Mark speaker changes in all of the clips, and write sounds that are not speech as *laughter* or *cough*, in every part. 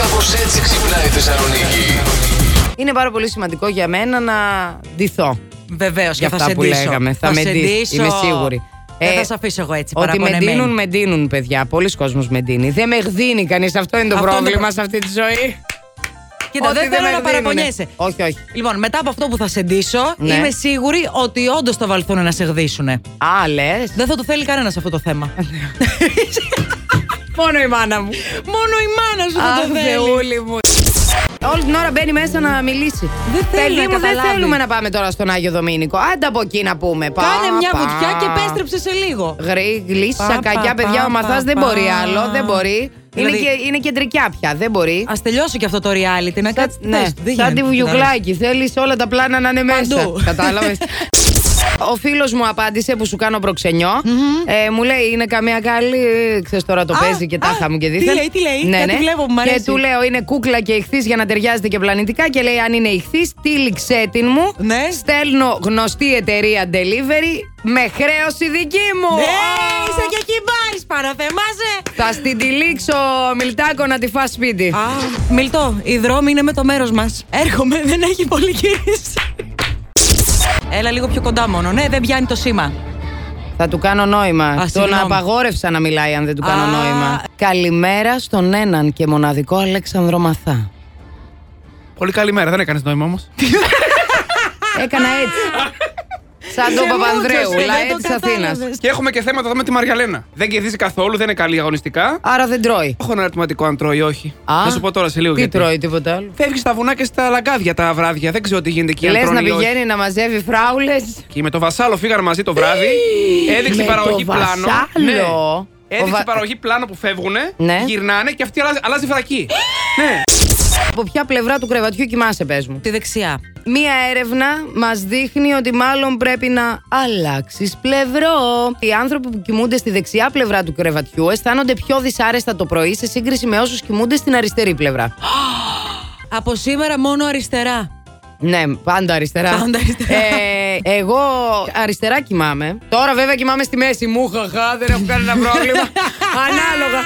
Speaker 1: Κάπως έτσι ξυπνάει η Θεσσαλονίκη.
Speaker 2: Είναι πάρα πολύ σημαντικό για μένα να ντυθώ.
Speaker 3: Βεβαίως και
Speaker 2: για
Speaker 3: θα
Speaker 2: αυτά
Speaker 3: σε
Speaker 2: που
Speaker 3: ντύσω.
Speaker 2: λέγαμε. Θα, με
Speaker 3: σε
Speaker 2: ντύ-
Speaker 3: ντύσω.
Speaker 2: Είμαι σίγουρη.
Speaker 3: Δεν
Speaker 2: Ε,
Speaker 3: θα σε αφήσω εγώ έτσι
Speaker 2: Ότι με
Speaker 3: παραπονεμένη.
Speaker 2: ντύνουν, με ντύνουν, παιδιά. Πολλοί κόσμος με ντύνει. Δεν με γδίνει κανείς. Αυτό είναι το
Speaker 3: Αυτό είναι το
Speaker 2: πρόβλημα
Speaker 3: προ-
Speaker 2: σε αυτή τη ζωή.
Speaker 3: Κοίτα,
Speaker 2: Ότι
Speaker 3: δεν
Speaker 2: με
Speaker 3: θέλω να
Speaker 2: γδίνουνε.
Speaker 3: παραπονιέσαι.
Speaker 2: Όχι, όχι.
Speaker 3: Λοιπόν, μετά από αυτό που θα σε ντύσω,
Speaker 2: Ναι.
Speaker 3: είμαι σίγουρη ότι όντως θα βαλθούν να σε γδίσουνε.
Speaker 2: Α,
Speaker 3: *laughs*
Speaker 2: λες.
Speaker 3: Δεν θα το θέλει κανένας αυτό το
Speaker 2: *laughs*
Speaker 3: θέμα.
Speaker 2: Μόνο η μάνα μου.
Speaker 3: Μόνο η μάνα σου θα
Speaker 2: Αχ,
Speaker 3: το θέλει.
Speaker 2: Θεούλη μου. Όλη την ώρα μπαίνει μέσα να μιλήσει.
Speaker 3: Δεν θέλει
Speaker 2: Παιδί
Speaker 3: να
Speaker 2: μου, δεν
Speaker 3: καταλάβει.
Speaker 2: θέλουμε να πάμε τώρα στον Άγιο Δομήνικο. Άντε από εκεί να πούμε. Πα,
Speaker 3: Κάνε μια
Speaker 2: πα.
Speaker 3: βουτιά και επέστρεψε σε λίγο.
Speaker 2: Γρή, γλίσσα,
Speaker 3: Πα, πα,
Speaker 2: κακιά, παιδιά.
Speaker 3: πα,
Speaker 2: Ο Μαθάς
Speaker 3: πα,
Speaker 2: δεν
Speaker 3: πα.
Speaker 2: μπορεί άλλο. Δεν μπορεί. Είναι,
Speaker 3: Δηλαδή-
Speaker 2: και, είναι κεντρικιά πια. Δεν μπορεί.
Speaker 3: Ας τελειώσει και αυτό το reality. Να
Speaker 2: Σαν,
Speaker 3: κάτσεις.
Speaker 2: ναι, σαν τη βουγιουκλάκι. Θέλεις όλα τα πλάνα να είναι μέσα.
Speaker 3: Παντού.
Speaker 2: Κατάλαβες.
Speaker 3: *laughs*
Speaker 2: Ο φίλος μου απάντησε που σου κάνω προξενιο Ε, μου λέει είναι καμία καλή. ξέρεις τώρα το
Speaker 3: Α,
Speaker 2: παίζει και
Speaker 3: α,
Speaker 2: τάχα μου και
Speaker 3: τι
Speaker 2: δίθεν. Ναι,
Speaker 3: λέει, τι λέει, κάτι βλέπω που μ'
Speaker 2: και
Speaker 3: αρέσει.
Speaker 2: του λέω είναι κούκλα και ηχθής για να ταιριάζεται και πλανητικά. Και λέει αν είναι ηχθής, τύλιξέ την μου.
Speaker 3: Ναι.
Speaker 2: Στέλνω γνωστή εταιρεία delivery με χρέωση δική μου.
Speaker 3: Ε,
Speaker 2: Α,
Speaker 3: είσαι και εκεί μπάρι παραθεμάσαι.
Speaker 2: Θα στην τυλίξω, Μιλτάκο, να τη φας σπίτι.
Speaker 3: Α, Μιλτό, οι δρόμοι είναι με το μέρος μας. Έρχομαι, δεν έχει πολύ κίνηση. Έλα λίγο πιο κοντά μόνο. Ναι, δεν πιάνει το σήμα.
Speaker 2: Θα του κάνω νόημα. Τον
Speaker 3: συγγνώμη.
Speaker 2: απαγόρευσα να μιλάει αν δεν του κάνω
Speaker 3: Α.
Speaker 2: νόημα. Καλημέρα στον έναν και μοναδικό Αλέξανδρο Μαθά.
Speaker 4: Πολύ καλή μέρα, δεν έκανες νόημα όμως.
Speaker 2: Έκανα
Speaker 4: *laughs*
Speaker 2: έτσι. Σαν τον
Speaker 3: Σε
Speaker 2: Παπανδρέου,
Speaker 3: μούτσωσε,
Speaker 2: λαέ
Speaker 3: δεν
Speaker 2: τη
Speaker 3: το
Speaker 2: Αθήνα.
Speaker 3: κατάλαβες.
Speaker 4: και έχουμε και θέματα εδώ με τη Μαργιαλένα. Δεν κερδίζει καθόλου, δεν είναι καλή αγωνιστικά.
Speaker 2: Άρα δεν τρώει.
Speaker 4: Έχω ένα ερωτηματικό αν τρώει ή όχι.
Speaker 2: Α,
Speaker 4: Θα σου πω τώρα σε λίγο.
Speaker 2: Τι
Speaker 4: γιατί.
Speaker 2: τρώει, τίποτα άλλο.
Speaker 4: Φεύγεις στα βουνά και στα λαγκάδια τα βράδια. Δεν ξέρω τι γίνεται εκεί. αν
Speaker 2: Λες
Speaker 4: τρώνε
Speaker 2: να
Speaker 4: ή όχι.
Speaker 2: πηγαίνει να μαζεύει φράουλες.
Speaker 4: Και με το Βασάλο φύγαν μαζί το βράδυ. Έδειξε
Speaker 2: Με
Speaker 4: παραγωγή
Speaker 2: το
Speaker 4: πλάνο.
Speaker 2: Βασάλο.
Speaker 4: Ναι.
Speaker 2: Ο
Speaker 4: Έδειξε
Speaker 2: Βα-
Speaker 4: παραγωγή πλάνο που φεύγουν,
Speaker 2: Ναι.
Speaker 4: γυρνάνε και αυτή αλλάζει, αλλάζει φρακή. ναι.
Speaker 2: Από ποια πλευρά του κρεβατιού κοιμάσαι, πες μου.
Speaker 3: Τη δεξιά.
Speaker 2: Μία έρευνα μας δείχνει ότι μάλλον πρέπει να αλλάξεις πλευρό. Οι άνθρωποι που κοιμούνται στη δεξιά πλευρά του κρεβατιού αισθάνονται πιο δυσάρεστα το πρωί σε σύγκριση με όσους κοιμούνται στην αριστερή πλευρά.
Speaker 3: Από σήμερα μόνο αριστερά.
Speaker 2: ναι, πάντα αριστερά.
Speaker 3: Πάντα αριστερά.
Speaker 2: Ε, εγώ αριστερά κοιμάμαι. Τώρα βέβαια κοιμάμαι στη μέση μου. Χαχά, δεν
Speaker 3: *laughs*
Speaker 2: έχω κανένα πρόβλημα.
Speaker 4: *laughs*
Speaker 2: Ανάλογα.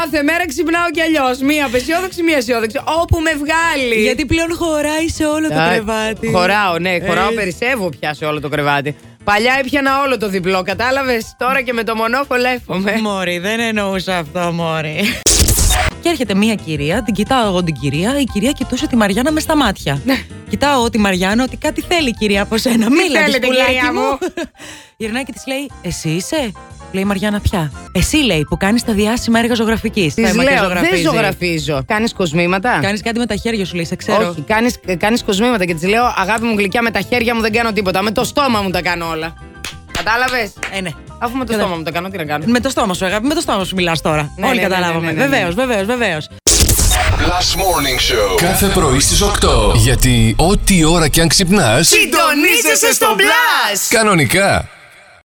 Speaker 2: Κάθε μέρα ξυπνάω κι αλλιώς. Μία απεσιόδοξη, μία αισιόδοξη. Όπου με βγάλει.
Speaker 3: Γιατί πλέον χωράει σε όλο το
Speaker 2: Α,
Speaker 3: κρεβάτι.
Speaker 2: Ε. Χωράω, ναι, χωράω,
Speaker 3: Ε.
Speaker 2: περισσεύω πια σε όλο το κρεβάτι. Παλιά έπιανα όλο το διπλό, κατάλαβες. Τώρα και με το μονόκολλο εύχομαι.
Speaker 3: Μόρι, δεν εννοούσα αυτό, Μόρι. Και έρχεται μία κυρία, την κοιτάω εγώ την κυρία, η κυρία κοιτούσε τη Μαριάννα μες στα μάτια.
Speaker 2: Ναι.
Speaker 3: κοιτάω εγώ τη Μαριάννα ότι κάτι θέλει η κυρία από σένα. Μίλα,
Speaker 2: θέλετε,
Speaker 3: της, πουλάκι
Speaker 2: κυρία μου?
Speaker 3: *laughs* Γυρνάει και της λέει, Εσύ είσαι. Λέει η Μαριάννα, πια. Εσύ λέει που κάνεις τα διάσημα έργα ζωγραφικής.
Speaker 2: Της λέω, δεν ζωγραφίζω. Κάνεις κοσμήματα.
Speaker 3: Κάνεις κάτι με τα χέρια σου, λέει, σε ξέρω.
Speaker 2: Όχι, κάνεις κάνεις κοσμήματα και της λέω Αγάπη μου γλυκιά με τα χέρια μου δεν κάνω τίποτα. Με το στόμα μου τα κάνω όλα. Κατάλαβες.
Speaker 3: Ε, ναι.
Speaker 2: Αφού με το
Speaker 3: Κατα-
Speaker 2: στόμα μου τα κάνω, τι να κάνω.
Speaker 3: Με το στόμα σου, αγάπη, με το στόμα σου μιλάς τώρα.
Speaker 2: Ναι,
Speaker 3: Όλοι
Speaker 2: ναι, ναι,
Speaker 3: καταλάβαμε.
Speaker 2: ναι, ναι, ναι, ναι.
Speaker 3: Βεβαίως, βεβαίως, βεβαίως.
Speaker 1: Last Morning Show.
Speaker 5: Κάθε πρωί στις 8. Γιατί ό,τι ώρα κι αν ξυπνάς,
Speaker 2: Συντονίζεσαι στο μπλα!
Speaker 5: κανονικά.